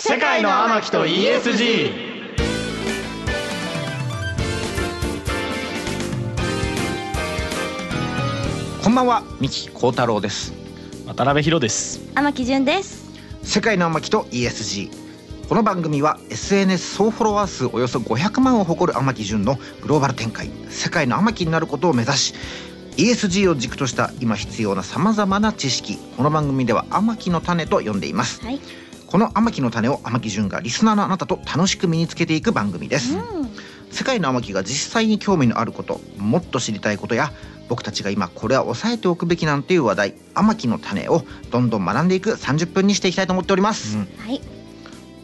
世界の天木と ESG こんばんは、三木幸太郎です。渡辺博です天木純です。世界の天木と ESG。この番組は SNS 総フォロワー数およそ500万を誇る天木純のグローバル展開、世界の天木になることを目指し、ESG を軸とした今必要なさまざまな知識、この番組では天木の種と呼んでいます。はい。この天木の種を天木純がリスナーのあなたと楽しく身につけていく番組です。う世界の天木が実際に興味のあることもっと知りたいことや僕たちが今これは抑えておくべきなんていう話題天木の種をどんどん学んでいく30分にしていきたいと思っております。うんといん。はい。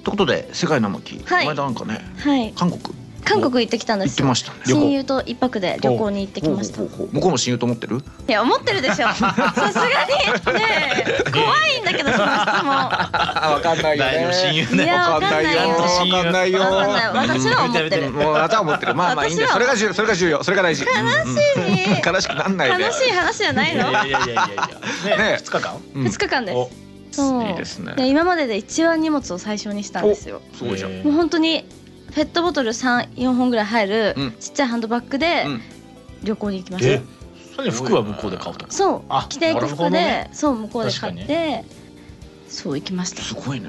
うことで世界の天木、はいこの間なんかねはい。韓国韓国行ってきたんで行っすてよま。したね。旅行親友と一泊で旅行に行ってきました。ほいうほうほう向こうも親友と思ってるや、思ってるでし ょ。さすがにねえ、怖いんだけど、その質問。あわかんな大丈夫親友いやねわかんないよわかんないよわかんない私は思ってるやめやめもうあなたは思ってるまあまあいいんだよそ私はれが重要それが重要それが大事悲しね悲しくなんないで楽しい話じゃないいやのい。やいやいやいやねね二日間うん二日間でおす。そいいうで。すねで、今までで一番荷物を最小にしたんですよ。すごいじゃん、えもうー本当に。ペットボトル三、四本ぐらい入るうん、ちっちゃいハンドバッグでうん、旅行に行きましえた。何服は向こうで買うとかそうあ、着ていなくるほど服ねで、そう、向こうで買っ確て。そう、行きました。すごいね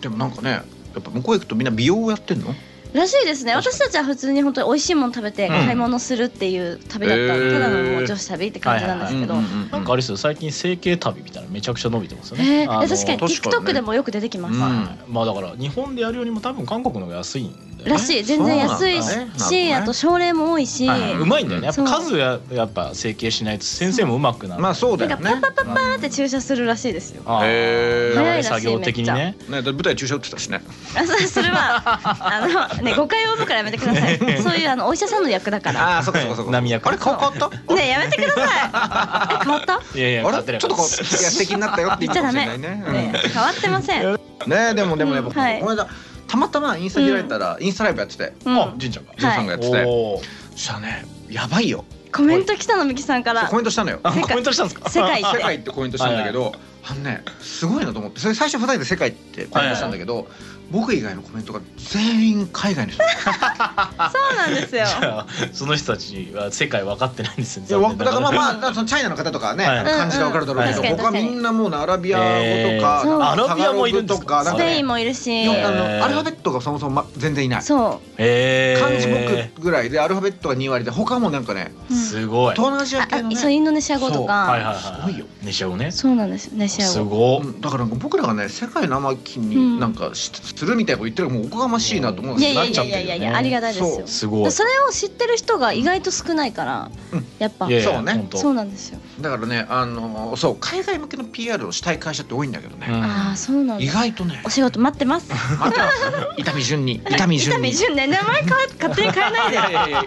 でもなんかねやっぱ向こう行くとみんな美容をやってんのらしいですね確かに私たちは普通に本当に美味しいもの食べうてん買い物するっていう旅だった、へーただのもう女子旅って感じなんですけど、うえんうんうんなんかあれですよ最近整形旅みたいなのめちゃくちゃ伸びてますよえねーあの確か確にかにね TikTok でもよく出てきます、うんはいまあだから日本でやるよりも多分韓国の方が安いんだよねらしい全然安いそうなんだし、ねなるほどねあと症例も多いし、はいうんうまいんだよねやっぱそう数ややっぱ整形しないと先生もうまくなるまあそうだなよんねかパッパッパッパーって注射するらしいですよ、あーへーなの早いでらしい作業的にめねね、だって舞台注射打ってたしね。あそそれ はあのね誤解を呼ぶからやめてくださいそういうあのお医者さんの役だからああ、そっかそっかそっか。波役あれ顔変わった？ ねえやめてく ださいえ変わったいやいやあ勝手れなちょっとこういや素敵になったよって言ったかもしれないね。ねえ変わってません、うん、うんねでもでもやっぱうんはいこの間たまたまインスタ開いたらインスタライブやってて、あ、じんちゃんがジョンさんがやはってて、おーそしたらね、やばいよ。コメント来たのミキさんかそうらコメントしたのよ。あ世界コメントしたんですか世 界世界ってコメントしたんだけど、あのね、すごいなと思って、それ最初二人で世界ってコメントしたんだけど、僕以外のコメントが全員海外の人。いそうなんですよじゃあその人たちは世界分かってないんですねやわだからまああまあ、だからそのチャイナの方とかね、はい感じがわかるだろうけど、うんうん僕はみんなもうアラビア語とか、えーそなうんかアラビアもいるんですかタガログとか、なんスかねペインもいるし、いえやあーのアルファベットがそもそも、ま、全然いないそえー、漢字僕ぐらいでアルファベットが2割で他もなんかねう、うんすごい東南アジアあ系の、ねあそうインドネシア語とか、はいはいはいすごいよネシア語ねそうなんですネシすア語ごういんだからなんか僕らがね世界の天気になんかし、するみたいなこと言ってるのがもうおこがましいなと思うんいでやすいなよやっいちゃやっいてるよやねいやいやありがたいですよすごいそれを知ってる人が意外と少ないから、うんやっぱいやいやそうねほんとそうなんですよ、だからねあのーそう海外向けの PR をしたい会社って多いんだけどうんね、ああそうなん意だ外とねお仕事待ってます待ってます伊丹順に伊丹伊順丹に純ね名前か勝手に変え ないい でやいやいや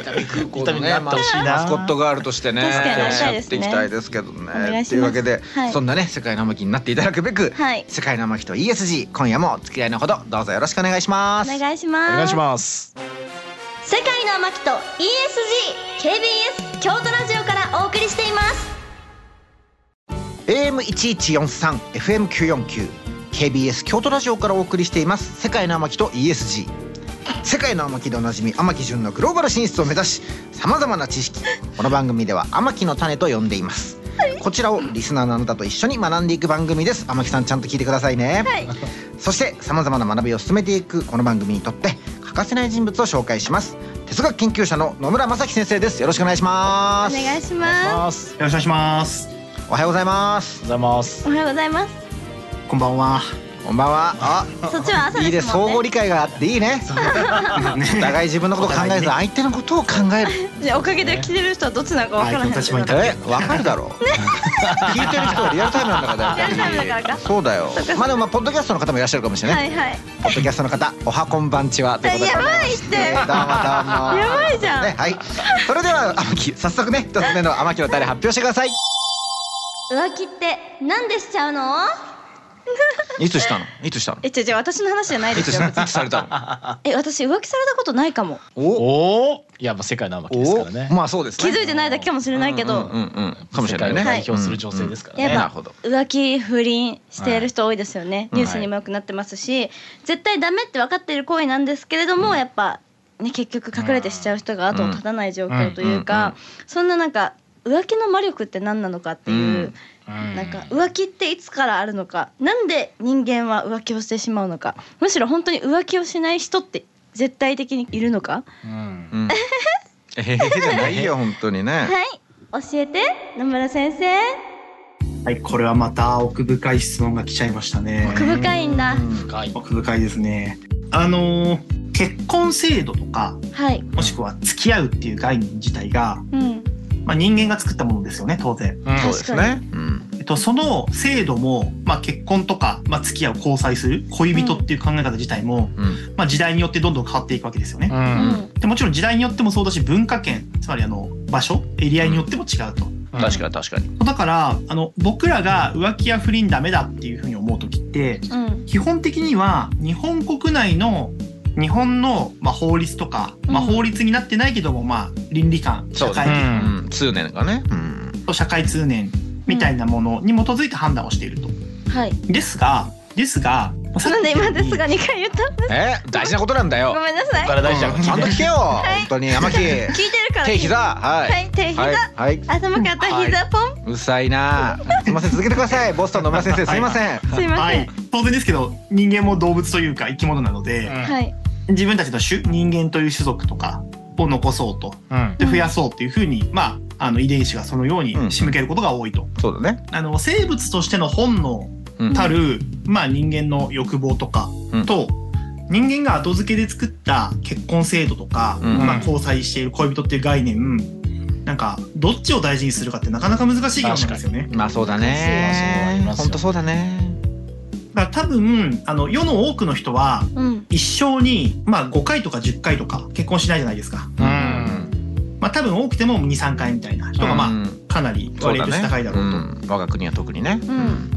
伊丹空港の伊丹にねなってほしいなマスコットガールとしてね確かになりたいやでっすてねいきたいですけどねお願いしますというわけで、はいそんなね世界の天気になっていただくべく、はい世界の天気と ESG 今夜もお付き合いのほどどうぞよろしくお願いしまおす願いしますお願いします世界の天木と ESG KBS 京都ラジオからお送りしています AM1143 FM949 KBS 京都ラジオからお送りしています世界の天木と ESG 世界の天木でおなじみ天木純のグローバル進出を目指しさまざまな知識この番組では天木の種と呼んでいますこちらをリスナーのあなたと一緒に学んでいく番組です天木さんちゃんと聞いてくださいね、はいそしてさまざまな学びを進めていくこの番組にとって欠かせない人物を紹介します哲学研究者の野村正樹先生ですよろしくお願いしおます願お願いいししまますよろしくお願いします。おはようございますおはようございますすおはようございますこんばんは。こんばんはあそっちは朝いいでですすも相ん互ね理解があっていいねおね互い自分のこと考えずお互相手のことを考えるいやおかげで着てる人はどっちなのかわからへんはい立場に立えわかるだろう 聞いてる人はリアルタイムなんだから大体リアルタイムだからかそうだよまあでもまあポッドキャストの方もいらっしゃるかもしれない、はいはいポッドキャストの方おはこんばんちはということでやばいってどうもどうもやばいじゃんね、はいそれでは天木早速ね一つ目の天木の種発表してください浮気ってなんでしちゃうのいつしたのいつしたのえ、違う違う、私の話じゃないいでつすしよた。いつされたのえ、私浮気されたことないかも。おおおいやまあ世界なわけですからね、おまあそうです気ねづいてないだけかもしれないけうんどう、んうんうんかもしれないね世界を代表する女性ですからねうんうんやなっるぱほど浮気不倫している人多いですよね。はいニュースにもよくなってますし、絶対ダメって分かっている行為なんですけれども、やっぱね結局隠れてしちゃう人が後を絶たない状況といううんうんか、そんななんか浮気の魔力って何なのかっていう。うんうんなんか浮気っていつからあるのかなんで人間は浮気をしてしまうのかむしろ本当に浮気をしない人って絶対的にいるのかうんうんええじゃないよ本当にねはい教えて野村先生はい、これはまた奥深い質問が来ちゃいましたね。奥深いんだうん深い奥深いですね。あのー結婚制度とか、はいもしくは付き合うっていう概念自体が、うんまあ、人間が作ったものですよね、当然。そうでうすねうんえっと、その制度も、まあ、結婚とか、まあ、付き合う交際する恋人っていう考え方自体も、うんまあ、時代によってどんどん変わっていくわけですよね。うんんでもちろん時代によってもそうだし文化圏つまりあの場所エリアによっても違うと。確かに確かにだからあの僕らが浮気や不倫ダメだっていうふうに思う時ってうん基本的には日本国内の日本の、まあ、法律とか、まあ、うん法律になってないけども、まあ、倫理観そ社うです会ね的うん通念がねうんと社会通念みたいなものに基づいて判断をしていると。はいですがですがさっなんきで言った今ようにですが2回言ったえ大事なことなんだよごめんなさいから大事なこうんちゃんと聞けよい本当に天木聞いてるから手膝ははいい手膝、はいはい頭から膝ポン、うるさいなすいません続けてくださいボストンの村先生すいませんすいまはせんい、当然ですけど人間も動物というか生き物なので、うんはい、自分たちの種人間という種族とかを残そうとうんでうん増やそうっていうふうに、まあ、あの遺伝子がそのようにうん仕向けることが多いと、そうだねあの生物としての本能うんたる、まあ、人間の欲望とかうんと、人間が後付けで作った結婚制度とか、うんまあ、交際している恋人っていう概念なんかどっちを大事にするかってなかなか難しい議論なんですよね。まあそうだそうそうありねますよ本当そうだねだから多分あの世の多くの人はうん一生に、まあ、5回とか10回とか結婚しないじゃないですか。うんまあ、多分多くても23回みたいな人がまあうんかなり割合として高いだろうんと。我が国は特にねうん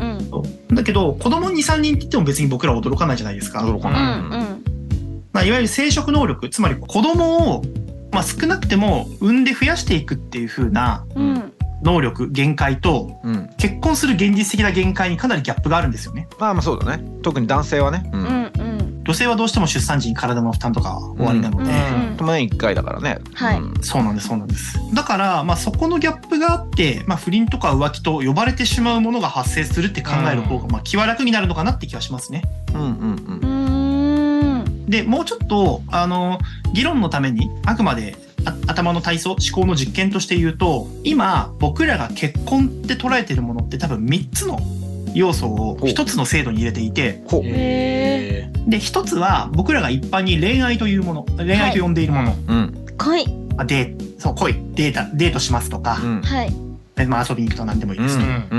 うんだけど子供23人って言っても別に僕らは驚かないじゃないですか。驚かうないんうんまあ、いわゆる生殖能力つまり子供を、まあ、少なくても産んで増やしていくっていう風なうん能力限界とうん結婚する現実的な限界にかなりギャップがあるんですよね。まあまあそうだね特に男性はねううんんうん女性はどうしても出産時に体の負担とかは終わりなので、うん年一回だからねはういんそうなんですそうなんですだから、まあ、そこのギャップがあって、まあ、不倫とか浮気と呼ばれてしまうものが発生するって考える方が、まあ、気は楽になるのかなって気がしますね。うんうんうーんでもうちょっとあの議論のためにあくまであ頭の体操思考の実験として言うと今僕らが結婚って捉えてるものって多分3つの要素をほう1つの制度に入れていてほうへで1つは僕らが一般に恋愛というもの恋愛と呼んでいるもの、うん恋あデーそう恋データデートしますとかう、んはいでまあ、遊びに行くと何でもいいうですと、んう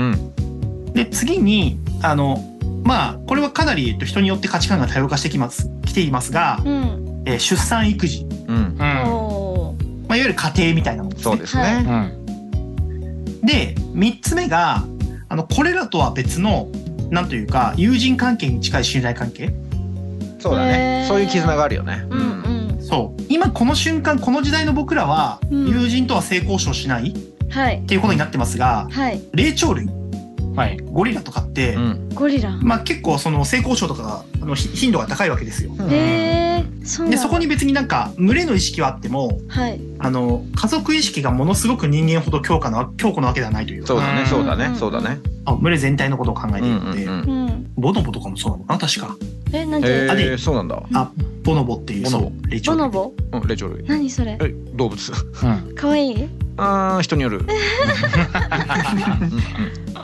んで次にあのまあこれはかなりえっと人によって価値観が多様化してきますきていますが、うんえー出産育児、うんうんおーまあ、いわゆる家庭みたいなものですねそうですねうんで3つ目があのこれらとは別のなんというか友人関係に近い信頼関係そうだへねーそういう絆があるよねうんうんそう今この瞬間この時代の僕らはうん友人とは性交渉しないっはいていうことになってますがはい霊長類はいゴリラとかって、うんゴリラまあ、結構その性交渉とかがあのひ頻度が高いわけですよ。へーそうなんでだそこに別になんか群れの意識はあってもはいあの家族意識がものすごく人間ほど強化な強固なわけではないというかそうだねそうだうんねそうだねあ群れ全体のことを考うえているんうのんで、うんうんボノボとかもそうなのかな確か。えなんへであでえそうなんだボノボっていうボノボそう霊長ボ類ノボうん霊長類何それえ動物うん可愛いあー人に よる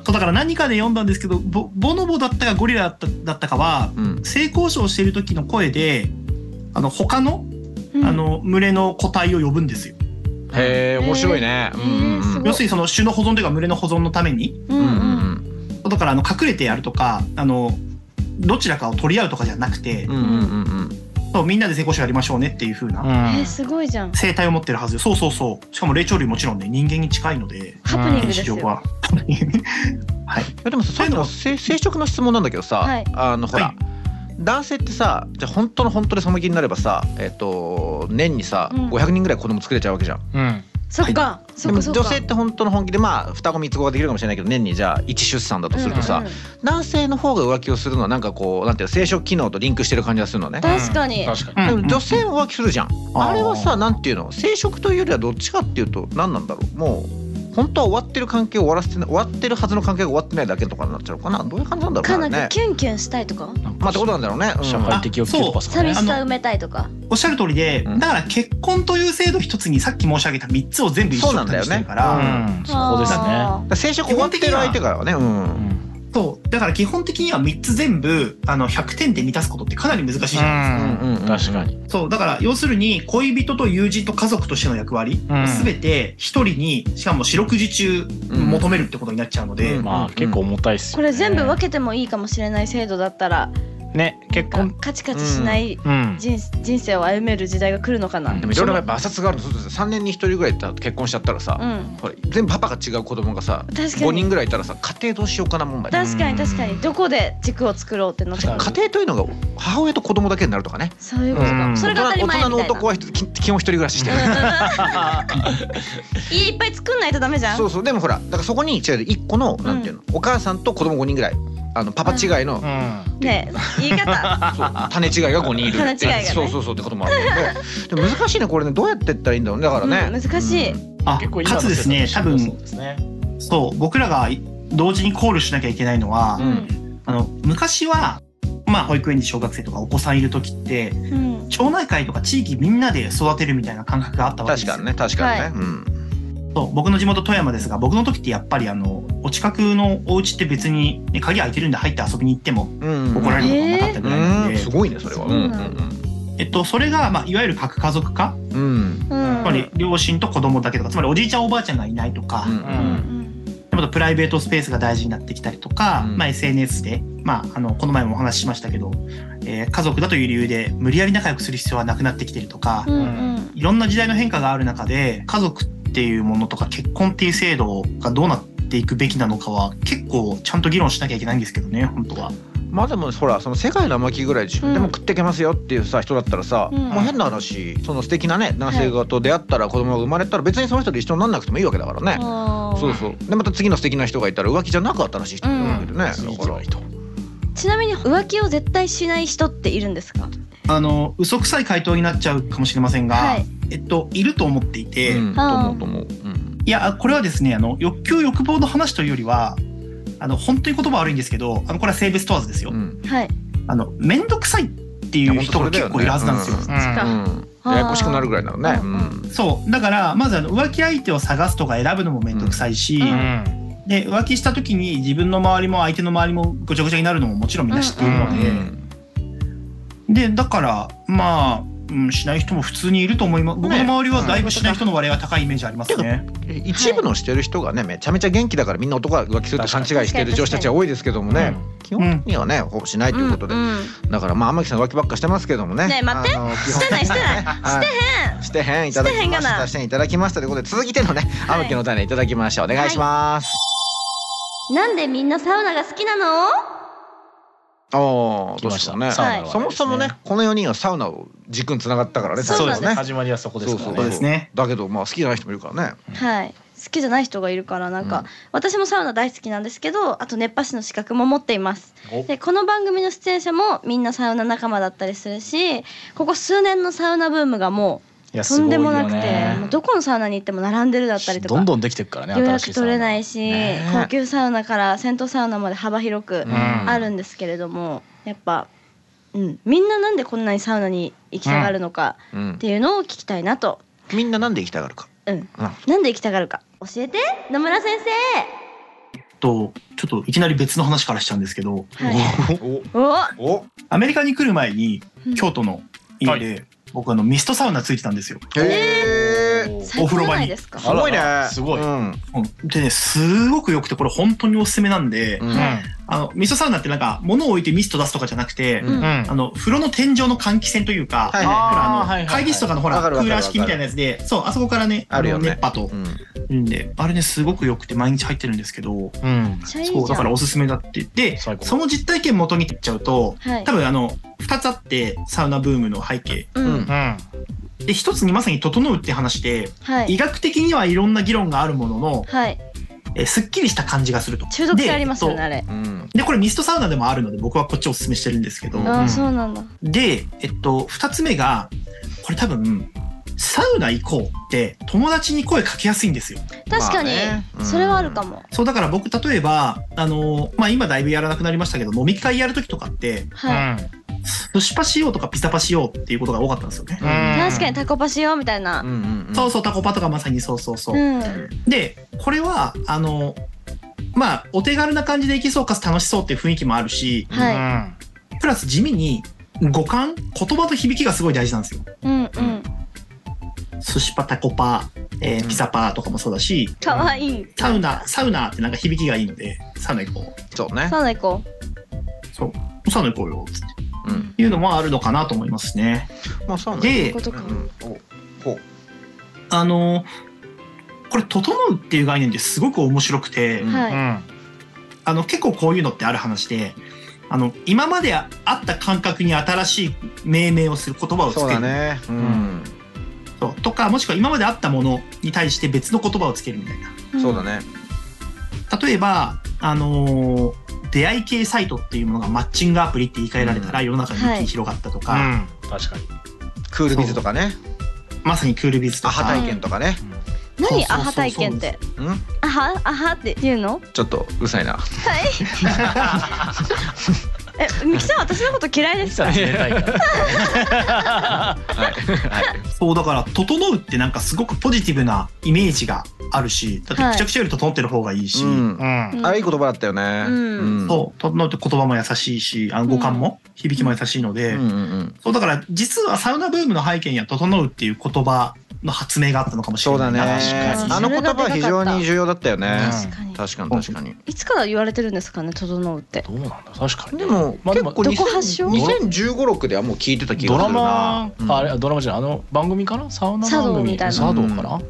そうだから何かで読んだんですけどボボノボだったかゴリラだっただったかはうんうん性交渉している時の声であの他の,、うんあの群れの個体を呼ぶんですよ。へえ面白いねへーうんうんすごい要するにその種の保存というか群れの保存のためにううんんうんうんだからあの隠れてやるとかあのどちらかを取り合うとかじゃなくて、うんうんうんうんそうみんなで成功者やりましょうねっていう風うなんえー、すごいじゃん生態を持ってるはずよそうそうそうしかも霊長類もちろんね人間に近いのでハプニングで原始す上よはやでもささっきのせ生殖の質問なんだけどさ、はいあのほら、はい男性ってさじゃあ本当の本当でその気になればさ、えっと年にさ、うん500人ぐらい子供作れちゃうわけじゃんうんそっかそっかそっでかも女性って本当の本気でまあ双子三つ子ができるかもしれないけど年にじゃあ1出産だとするとさ、うんうん男性の方が浮気をするのはなんかこうなんていうの生殖機能とリンクしてる感じがするのね。確かに確かうん でも女性も浮気するじゃん、ーあれはさなんていうの生殖というよりはどっちかっていうと何なんだろうもう本当は終わってる関係を終わらせてな終わってるはずの関係が終わってないだけとかになっちゃうのかなどういう感じなんだろかうなねんあれねかキュンキュンしたいとかにまあってことなんだろうね、うん社会的欲求とかさ寂ねしさ埋めたいとかおっしゃる通りで、うんだから結婚という制度一つにさっき申し上げた3つを全部一緒にしてるかうらんそこですねあーだから生殖終わってる相手からはねうん、うんそうだから基本的には3つ全部あの100点で満たすことってかなり難しいじゃないですか、うんうん確かにそうだから要するに恋人と友人と家族としての役割、うんすべて一人にしかも四六時中ん求めるってことになっちゃうので、うんまあ結構重たいっすよこれ全部分けてもいいかもしれない制度だったらね結なん婚かカチカチしないうん人,、人生を歩める時代が来るのかな、ううんんでもいろいろやっぱ摩擦があると3年に1人ぐらいだと結婚しちゃったらさ、ほら全部パパが違う子供がさ確かに5人ぐらいいたらさ家庭どうしようかな問題ね確かに確かにどこで軸を作ろうってなってくる確か家庭というのが母親と子供だけになるとかねそういうことか、うんそれが当たり前み大た人いなの男はひとき基本一人暮らししてる 家いっぱい作んないとダメじゃ んそうそうでもほらだからそこに違う1個のなんていうの、お母さんと子供5人ぐらいあのパパ違いの、うんねえ言い方そう種違いが5人いるって 種違いがねそうそうそうってこともあるんだけどでも難しいねこれねどうやっていったらいいんだろうねだからね、うん難しいうんあ結構今かのつですね世多代の人もそ分うですねそう僕らが同時に考慮しなきゃいけないのは、うんあの昔はまあ保育園に小学生とかお子さんいる時ってうん町内会とか地域みんなで育てるみたいな感覚があったわけ確ですよかにね確かにね、はいうんそう僕の地元富山ですが僕の時ってやっぱりあのお近くのお家って別に、ね、鍵開いてるんで入って遊びに行ってもうん怒られることもなかったぐらいなんうで、んすごいねそれはそうなんえっと、それが、まあ、いわゆる核家族化うんうんうつんまり両親と子供だけとかつまりおじいちゃんおばあちゃんがいないとか、うんううんでもプライベートスペースが大事になってきたりとか、うんまあ、SNS で、まあ、あのこの前もお話ししましたけど、えー家族だという理由で無理やり仲良くする必要はなくなってきてるとかう、んうんいろんな時代の変化がある中で家族っていうものとか結婚っていう制度がどうなっていくべきなのかは結構ちゃんと議論しなきゃいけないんですけどね本当は。まあでもほらその世界の甘きぐらい自分でも食っていけますよっていうさ人だったらさ、うんもう変な話その素敵なね男性がと出会ったら子供が生まれたら別にその人と一緒になんなくてもいいわけだからね、あーそうそうでまた次の素敵な人がいたら浮気じゃなく新しい人になるわけでね、そうだからいいとちなみに浮気を絶対しない人っているんですかあの嘘くさい回答になっちゃうかもしれませんが、はいえっと、いると思っていて、うん、とあ思ーうと思う、うんいやこれはですねあの欲求欲望の話というよりはあの本当に言葉悪いんですけどあのこれは性別問わずですよ、うんはいあの面倒くさいっていう人が結構いるはずなんですよ。うんそっかうん、ややこしくなるぐらいなのね、うんそうだからまずあの浮気相手を探すとか選ぶのも面倒くさいし、うんうんんで浮気した時に自分の周りも相手の周りもごちゃごちゃになるのももちろんみんな知っているので、うんでだからまあ、うん、しない人も普通にいると思います、僕の周りはだいぶしない人の割合が高いイメージありますね。一部のしてる人がねめちゃめちゃ元気だからみんな男が浮気すると勘違いしてる女子たちは多いですけどもね、基本的にはねほぼしないということで、んんだからまあ天木さん浮気ばっかしてますけどもね。ねえ待ってあの基本してないしてないはいしてへん。いただきました。してへんいただきましたということで続いてのねい天木の種いただきましょう。お願いします。 なんでみんなサウナが好きなのおお来どうまししたたね。サウナの話ですねそもそもねこの4人はサウナを軸につながったからね。そうです最ね初は始まりはそこですかそうそうらでねすねだけどまあ好きじゃない人もいるからね。はい好きじゃない人がいるからなんか、うん私もサウナ大好きなんですけどあと熱波師の資格も持っていますおでこの番組の出演者もみんなサウナ仲間だったりするしここ数年のサウナブームがもいうやとんでもなくすて、ごいよねもうどこのサウナに行っても並んでるだったりとかどんどんできてくからね予新しい約サウ取ナれないし、ね高級サウナから銭湯サウナまで幅広くんあるんですけれども、やっぱ、うん、みんななんでこんなにサウナに行きたがるのかうっん。ていうのを聞きたいなと、みんななんで行きたがるか。うん、うんなんで行きたがるか教えて野村先生とちょっといきなり別の話からしちゃうんですけどはいおおお。アメリカに来る前にうん京都の家で、僕あのミストサウナついてたんですよ。へえ。えお最高じゃないですかすごいねあららすごいうんうんでね、すごく良くて、これ本当におすすめなんで、ううんんあの、ミストサウナってなんか、物を置いてミスト出すとかじゃなくて、うんうんあの、風呂の天井の換気扇というか、はいはいほらあのあーはいはいはい会議室とかのほら、わかクるわかーるラー式みたいなやつで、そう、あそこからね、あるよねの熱波とう。んうんで、あれね、すごく良くて毎日入ってるんですけど、うんめっちゃいいじゃそんう、だからおすすめだって言って、最高その実体験元に言っちゃうと、はい多分あの、二つあって、サウナブームの背景。ううんんうんで、一つにまさに整うって話で、は医い学的にはいろんな議論があるものの、はいえーすっきりした感じがすると。中毒性ありますよでねあれうんそうで、これミストサウナでもあるので、僕はこっちをおすすめしてるんですけど、うんああそうなんだで、えっと、二つ目が、これ多分、サウナ行こうって友達に声かけやすいんですよ。確かにまあねうんそれはあるかもそう、だから僕、例えば、あのまあ、今だいぶやらなくなりましたけど、飲み会やるときとかって、はい寿司パしようとかピザパしようっていうことが多かったんですよね。確かにタコパしようみたいなうんうんうんそうそう、タコパとかまさにそうそうそう。うんで、これは、あのまあ、お手軽な感じでいきそうかつ楽しそうっていう雰囲気もあるし、はいはプラス地味に五感、言葉と響きがすごい大事なんですよ。うんうん寿司パ、タコパ、えーピザパとかもそうだし、かわいいサウナ、サウナってなんか響きがいいので、サウナ行こそうねサウナ行こう。サウナ行こうよ。つってうんいうのもあるのかなと思いますね。まあそうねうでこ、とかうんおほうあの、これ、整うっていう概念ってすごく面白くて、うんいはあの、結構こういうのってある話で、あの、今まであった感覚に新しい命名をする言葉をつけそうだる、ねうんそうとか、もしくは今まであったものに対して別の言葉をつけるみたいな。いんそうだね例えば、あのー出会い系サイトっていうものがマッチングアプリって言い換えられたら世の中に一気に広がったとか、うん確かにクールビズとかねまさにクールビズとアかハ体験とかねそうそう何そうアハ体験ってうんアハアハって言うのちょっとうるさいなえミキさん私のこと嫌いですかさ冷たいからはいはいそうだから「整う」ってなんかすごくポジティブなイメージがあるしだってはいくちゃくちゃより整ってる方がいいし、うんうんあいい言葉だったよねうんそう整うって言葉も優しいしあの語感も響きも優しいので、うんうんうんそうだから実はサウナブームの背景には「整う」っていう言葉の発明があったのかもしそれうなだいねな確あかのに言葉は非常に重要だったよねうん確か確にかに確かにいつから言われてるんですかね整うってどうなんだ確かにでもまあで結も構どこ発祥2015、6ではもう聞いてた気がドすラるマな、あれドラマじゃないあの番組かなサウナ茶番道組みたいな茶道かな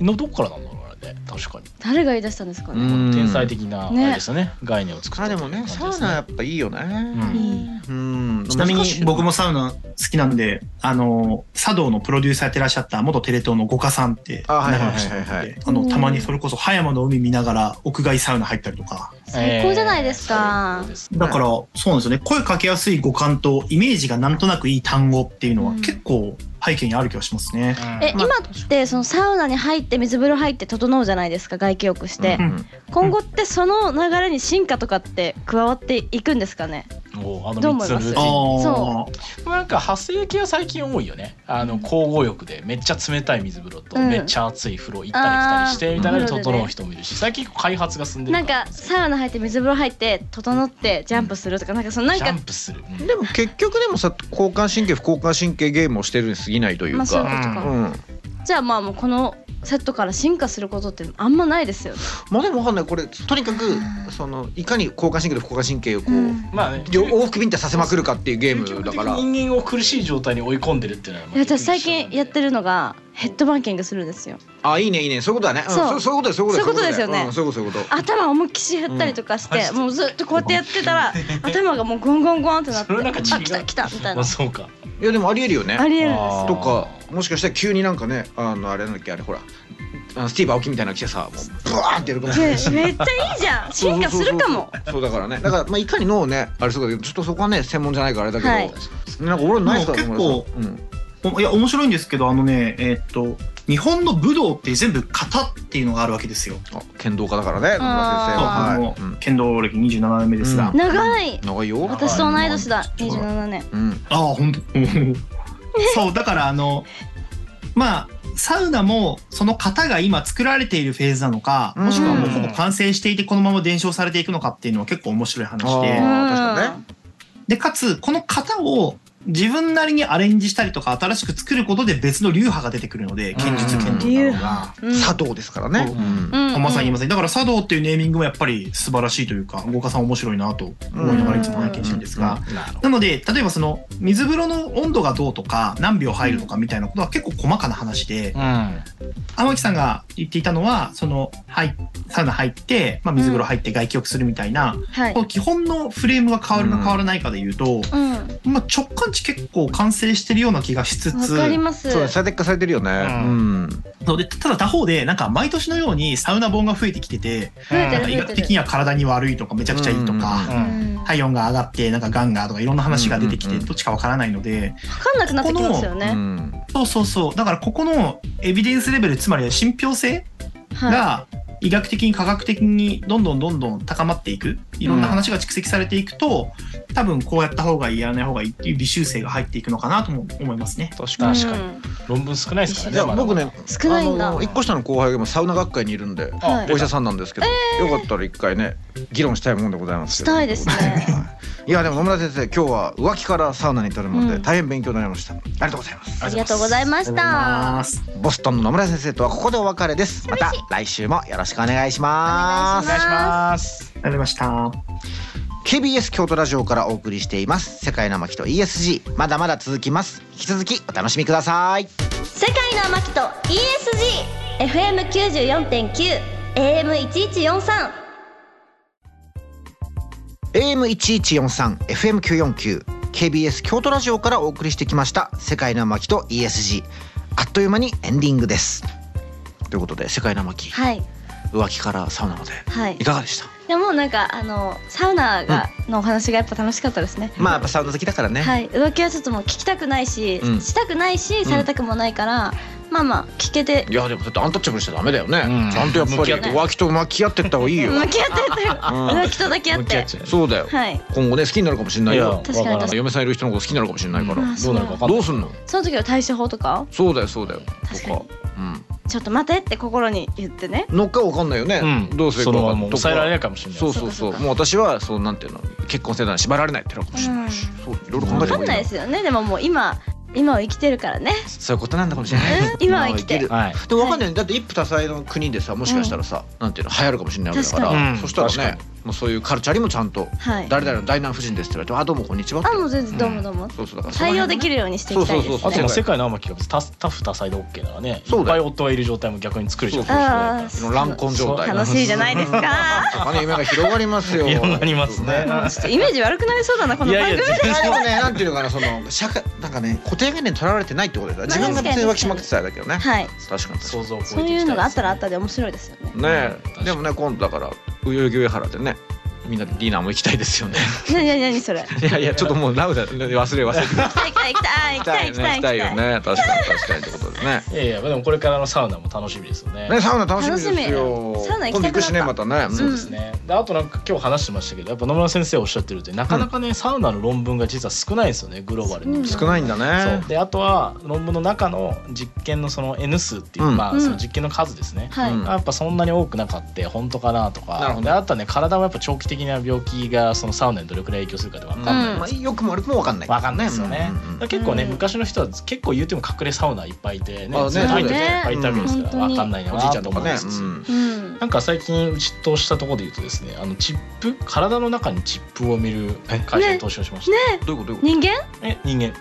のどっからなんだろうあれね確かに誰が言い出したんですかうねん天才的なあねれですよね概念を作っあたでもねサウナやっっぱいいようんねうんうんちなみに僕ももサウナ好きなんで、あの、茶道のプロデューサーやってらっしゃった元テレ東の五花さんってあはいはい長はい野はいの人なんで、あうの、んたまにそれこそ葉山の海見ながら屋外サウナ入ったりとか。最高じゃないですかだから、そうなんですよね。声かけやすい五感とイメージがなんとなくいい単語っていうのはうん結構背景にある気がしますね。えまあ今ってそのサウナに入って水風呂入って整うじゃないですか外気浴してうん今後ってその流れに進化とかって加わっていくんですかねおあのどう思三いつのルますーテあィンーそなんか派生系は最近多いよねあの交互浴でめっちゃ冷たい水風呂とうんめっちゃ熱い風呂行ったり来たりしてみたいなのであー整う人もいるし最近開発が進んでるなんかサウナ入って水風呂入って整ってジャンプするとかなんかそのなんジャかンプするうんでも結局でもさ交感神経不交感神経ゲームをしてるに過ぎないというまあそういうこか、とうかん、じゃあまあもうこのセットから進化することってあんまないですよねまあでもわかんないこれとにかくそのいかに交感神経と不交感神経をこう、うんまあね両往復ビンタさせまくるかっていうゲームだから究極的に人間を苦しい状態に追い込んでるっていうのはまあいや私最近やってるるのがヘッドバンキングするんですよあいいねいいねそういうことだね、うん、そうそうそういうことだそういうことだそういうことですよねうんそういうことそういうこと頭思いっきし振ったりとかして、うんもうずっとこうやってやってたら頭がもうゴンゴンゴンってなってそれなんか違うあ来た来たみたいなあそうかいやでもありえるよねありえるんですあーとかもしかしたら急になんかねあのあれなんだっけあれほらあのスティーブ・アオキみたいなの来てさもうブワーンってやるかもしれないしでめっちゃいいじゃん進化するかもそうだからねだからまあいかに脳をねあれそうだけどちょっとそこはね専門じゃないからあれだけど、はいなんか俺のナイスだと思もううんおいや、面白いんですけど、あのね、えーっと、日本の武道って全部型っていうのがあるわけですよ。あ剣道家だからね野村先生あはのはい、うん、剣道歴27年目ですが。うん長い長いよ私と同い年だそう27年うんああ、 本当。そう、だからあの、まあ、サウナもその型が今作られているフェーズなのか、もしくはもうほぼ完成していてこのまま伝承されていくのかっていうのは結構面白い話あで、ー確かにねねで、かつ、この型を自分なりにアレンジしたりとか新しく作ることで別の流派が出てくるので剣術剣道流なのががうん茶道ですからねう。うんうんうんまさに言いませんだから茶道っていうネーミングもやっぱり素晴らしいというか豪華さん面白いなと思いながらいつも拝見してるんですが、なるほなので例えばその水風呂の温度がどうとか何秒入るとかみたいなことは結構細かな話でど。うん。天木さんが言っていたのはそのはいサウナ入って、まあ、水風呂入って外気浴するみたいな、はいこの基本のフレームが変わるか変わらないかで言ううと、んまあ、直感値結構完成してるような気がしつわつかりますそう最適化されてるよね。ううん。そうでただ他方でなんか毎年のようにサウナ本が増えてきてて増えてなる増んか医え学て的るには体に悪いとかめちゃくちゃいいとか。う。うんうんわ体温が上がってなんかガンがとかいろんな話が出てきうんてうんうんどっちかわからないのでかんなくなってきますようねんそうそうそうだからここのエビデンスレベルつまりは信憑性はが医学的に科学的にどんどんどんどん高まっていくいろんな話が蓄積されていくと多分こうやった方がいいやらない方がいいっていう微修正が入っていくのかなとも思いますね。確いかに。確かうに。ん論文少ないですからいね。やまだ僕。ね、少ないんだあの一個下の後輩が今サウナ学会にいるんで。あはいお医者さんなんですけど、よかったら一回ね議論したいもんでございますけどしたいですねはいいやでも野村先生今日は浮気からサウナに至るまうでん大変勉強になりました、ありがとうございますありがとうございましあたりがとうございますボストンの野村先生とはここでお別れですまた来週もよろしくお願いしますお願いします。ありがとうございました。 KBS 京都ラジオからお送りしています世界の巻と ESG まだまだ続きます引き続きお楽しみください世界の天木と ESGFM94.9 AM1143 AM1143 FM949 KBS 京都ラジオからお送りしてきました世界の巻と ESG あっという間にエンディングですということで世界の巻はい浮気からサウナまではいいかがでしたでもなんかあのサウナが、のお話がやっぱ楽しかったですねまあやっぱサウナ好きだからね、はい浮気はちょっともう聞きたくないし、うんしたくないしされたくもないから、まあまあ聞けてい、やでもだってアンタッチャブルしちゃダメだよね、うんちゃんとやっぱ向りき合って浮気と向き合ってった方がいいよ向き合って って、浮気とだけあっ向き合てっちゃうそうだよはい今後ね好きになるかもしれないよい確かに確かに嫁さんいる人のこと好きになるかもしれないから、うんどうなるか分かんないどうすんのその時の対処法とかそうだよそうだよ確かにとうちょっと待てって心に言ってねんのっかわかんないよね、うん。どうすればそいいのかままとか抑えられないかもしれない。そうそうそうそうかそうかもう私はそうなんていうの結婚せ段に縛られないってのかもしれないし、そういろいろ考えわたか方んがないいいでなすよねでももう今今を生きてるから ねそういうことなんだかもしれない、うん今は生きてるはい。でもわかんないよねだって一夫多妻の国でさもしかしたらさ、なんていうの流行るかもしれないわけだから確かにそしたら確ねもうそういうカルチャーにもちゃんとはい誰々の大難夫人ですって言われて「あどうもこんにちは」ってあもう全然どうもどうも、そうそうだからその辺対応はねできるようにしていきたいですねそうあそうとそうも世界の天木がタスタフ多彩で OK だからね。そうだよいっぱい夫がいる状態も逆に作れちゃうかもしれあないーかその乱婚状態楽しいじゃないで すかお金夢が広がりますよ。ら。いやなりますね。もうちょっとイメージ悪くなりそうだなこの番組いやいやでもね、なんていうのかな、その社会、なんかね、固定概念にとらわれてないってことだよ。ま自あ分が別に確かに浮気しまくってたらだけどね。はい確かに。想像を超えてそういうのがあったらあったで。で面白いですよね ね確かえ、にでもね、今度だから、代々木上原でね。みんなでディナーも行きたいですよね。なになになにそれ いやい や、ちょっともうラウダ、忘れ忘れ。行行きたい行きたい行きたい行き た行い行ききたたいいよね。確かに、確かにってことでね。いやいやまあでもこれからのサウナも楽しみですよね。ね、サウナ楽しみです楽しよみ。サウナ行きたくなった今度行くしね、またね。そうですね、であとなんか今日話してましたけどやっぱ野村先生おっしゃってるとなかなかね、サウナの論文が実は少ないんですよねグローバルに。うんそ少ないんだねう。であとは論文の中の実験のその N 数っていう、うんまうあんその実験の数ですね、はい、うんやっぱそんなに多くなかって本当かなとかなるほどであとはね体もやっぱ長期的な病気がそのサウナにどれくらい影響するかって分かんない、うんまあ、良くも悪くもわかんない。わかんないですよねうんうんうだんから結構ね、うん昔の人は結構言うても隠れサウナいっぱいいてあねねずっと入ってる人そうだよねいっぱいいたわけですかうんら分かんないなおじいちゃんとと思かいねま。すうんうんなんか最近うちとしたところで言うとですねあのチップ体の中にチップを見る会社に投資をしました、どういうことどういうこと人間え人間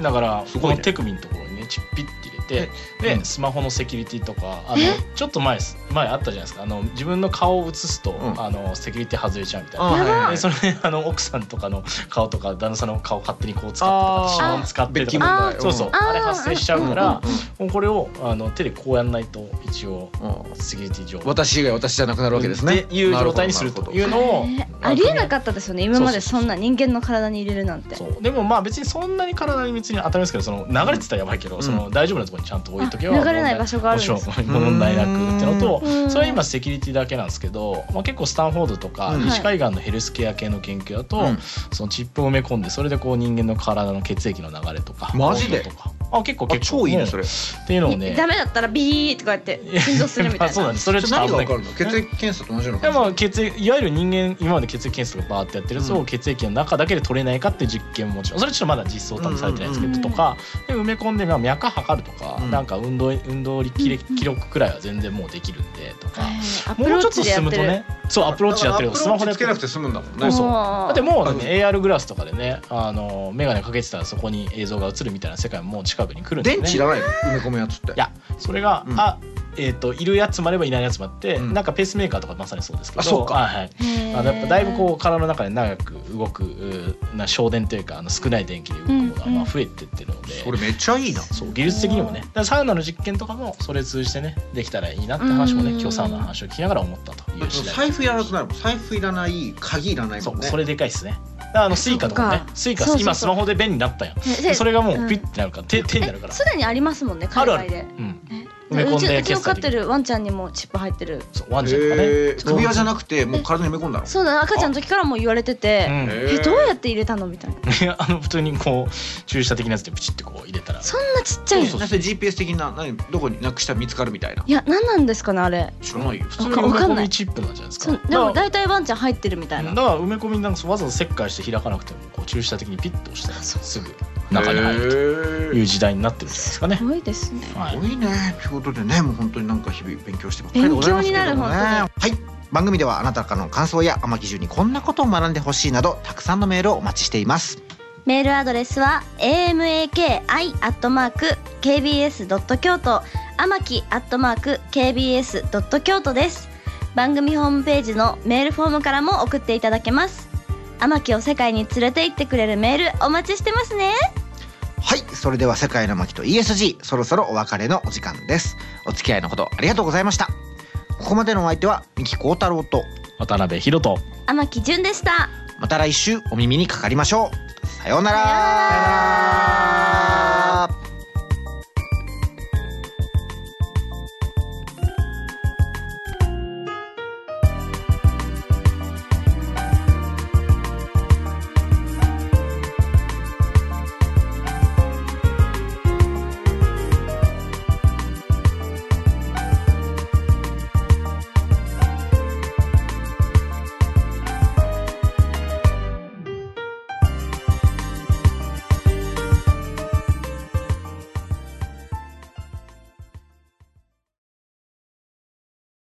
だからすこごいねの手首のところにねチッピって入れてえうでんスマホのセキュリティとかあのえちょっと前です前あったじゃないですかあの自分の顔を映すと、んあのセキュリティ外れちゃうみたいあな。はいはいはでいそれであの奥さんとかの顔とか旦那さんの顔勝手にこう使ってとかあー指紋使って別と記問か題あそうそうあーあれ発生しちゃうからうんうんもうこれをあの手でこうやんないと一応うんうんセキュリティ上私以外私じゃなくなるわけですね。っていう状態にするというのをえーまありえなかったですよね今までそそうそうそうんな人間の体に入れるなんてそうでもまあ別にそんなに体に別に当たりますけどその流れてたらやばいけど、うんその大丈夫なところにちゃんと置いとけばあ流れない場所があもるんちろでんす問題なくってのとうんそれは今セキュリティだけなんですけど、まあ、結構スタンフォードとかうん西海岸のヘルスケア系の研究だと、うんそのチップを埋め込んでそれでこう人間の体の血液の流れとかマジで温度とかあ結構あ結構超いいねうんそれっていうのをね ダメだったらビーとかやって振動するみた まあいなそうなんですそれちょっと何危がない分けかどるの血液検査と同じようないや感まじあ血液いわゆる人間今まで血液検査とかバーってやってるやつうをん血液の中だけで取れないかっていう実験ももちろんそれちょっとまだ実装多分されてないんですけど、うんうんうんとかで埋め込んでまあ脈測るとか、うんなんか運動運動記録記録くらいは全然もうできるんでとか、はいアプもロうちょーっとチでや進っむてとるねそうアプローチやってるアプスロマーホチでつけなくて済むんだもんそうねそうもだってもう、うんね AR グラスとかでねあの眼鏡かけてたらそこに映像が映るみたいな世界ももう近くに来るんで、電ね、池いらないの埋め込むやつっていやそれが、うんあえっといるやつもあればいないやつもあって、うんなんかペースメーカーとかまさにそうですけどあそうかはいはい、へーあのやっぱだいぶこう体の中で長く動くうな省電というかあの少ない電気で動くものがうんまあ増えてってるので、それめっちゃいいなそう技術的にもねだからサウナの実験とかもそれ通じてねできたらいいなって話もねうん今日サウナの話を聞きながら思ったという次第財布いらなくなるもん財布いらない鍵いらないそもんうねそれでかいですねだからあのスイカとかもねそっかスイカそうそうそう今スマホで便利になったやんねでそれがもううんピッてなるから、手手になるからすでにありますもんねあ海るあ外るでうんね埋め込んでうちうちの決飼済っできるてるワンちゃんにもチップ入ってるそうワンちゃんとかね、へー首輪じゃなくてもう体に埋め込んだのそうだね赤ちゃんの時からもう言われてて、うんへえーどうやって入れたのみたいないやあの普通にこう注射的なやつでプチってこう入れたらそんなちっちゃいのそうそう GPS 的な何どこになくしたら見つかるみたいないや何なんですかねあれ知らないよ普普通通ににわか埋めん込ないみチップなんじゃないですかそうでもだか大体ワンちゃん入ってるみたらいなだから埋め込みなんかわざわざ切開して開かなくてもこう注射的にピッと押したらそうすぐ中に入るという時代になってるんじゃないですすかね。ごいですねはい多いねということでねもう本当になんか日々勉強してばっかりでございますけどね勉強になはるい番組ではあなたからの感想や天木順にこんなことを学んでほしいなどたくさんのメールをお待ちしていますメールアドレスは amaki.kbs.kyoto 天木 .kbs.kyoto です番組ホームページのメールフォームからも送っていただけます天木を世界に連れて行ってくれるメールお待ちしてますねはいそれでは世界の巻と ESG そろそろお別れのお時間ですお付き合いのほどありがとうございましたここまでのお相手は三木幸太郎と渡辺博人天木純でしたまた来週お耳にかかりましょうさようならさようなら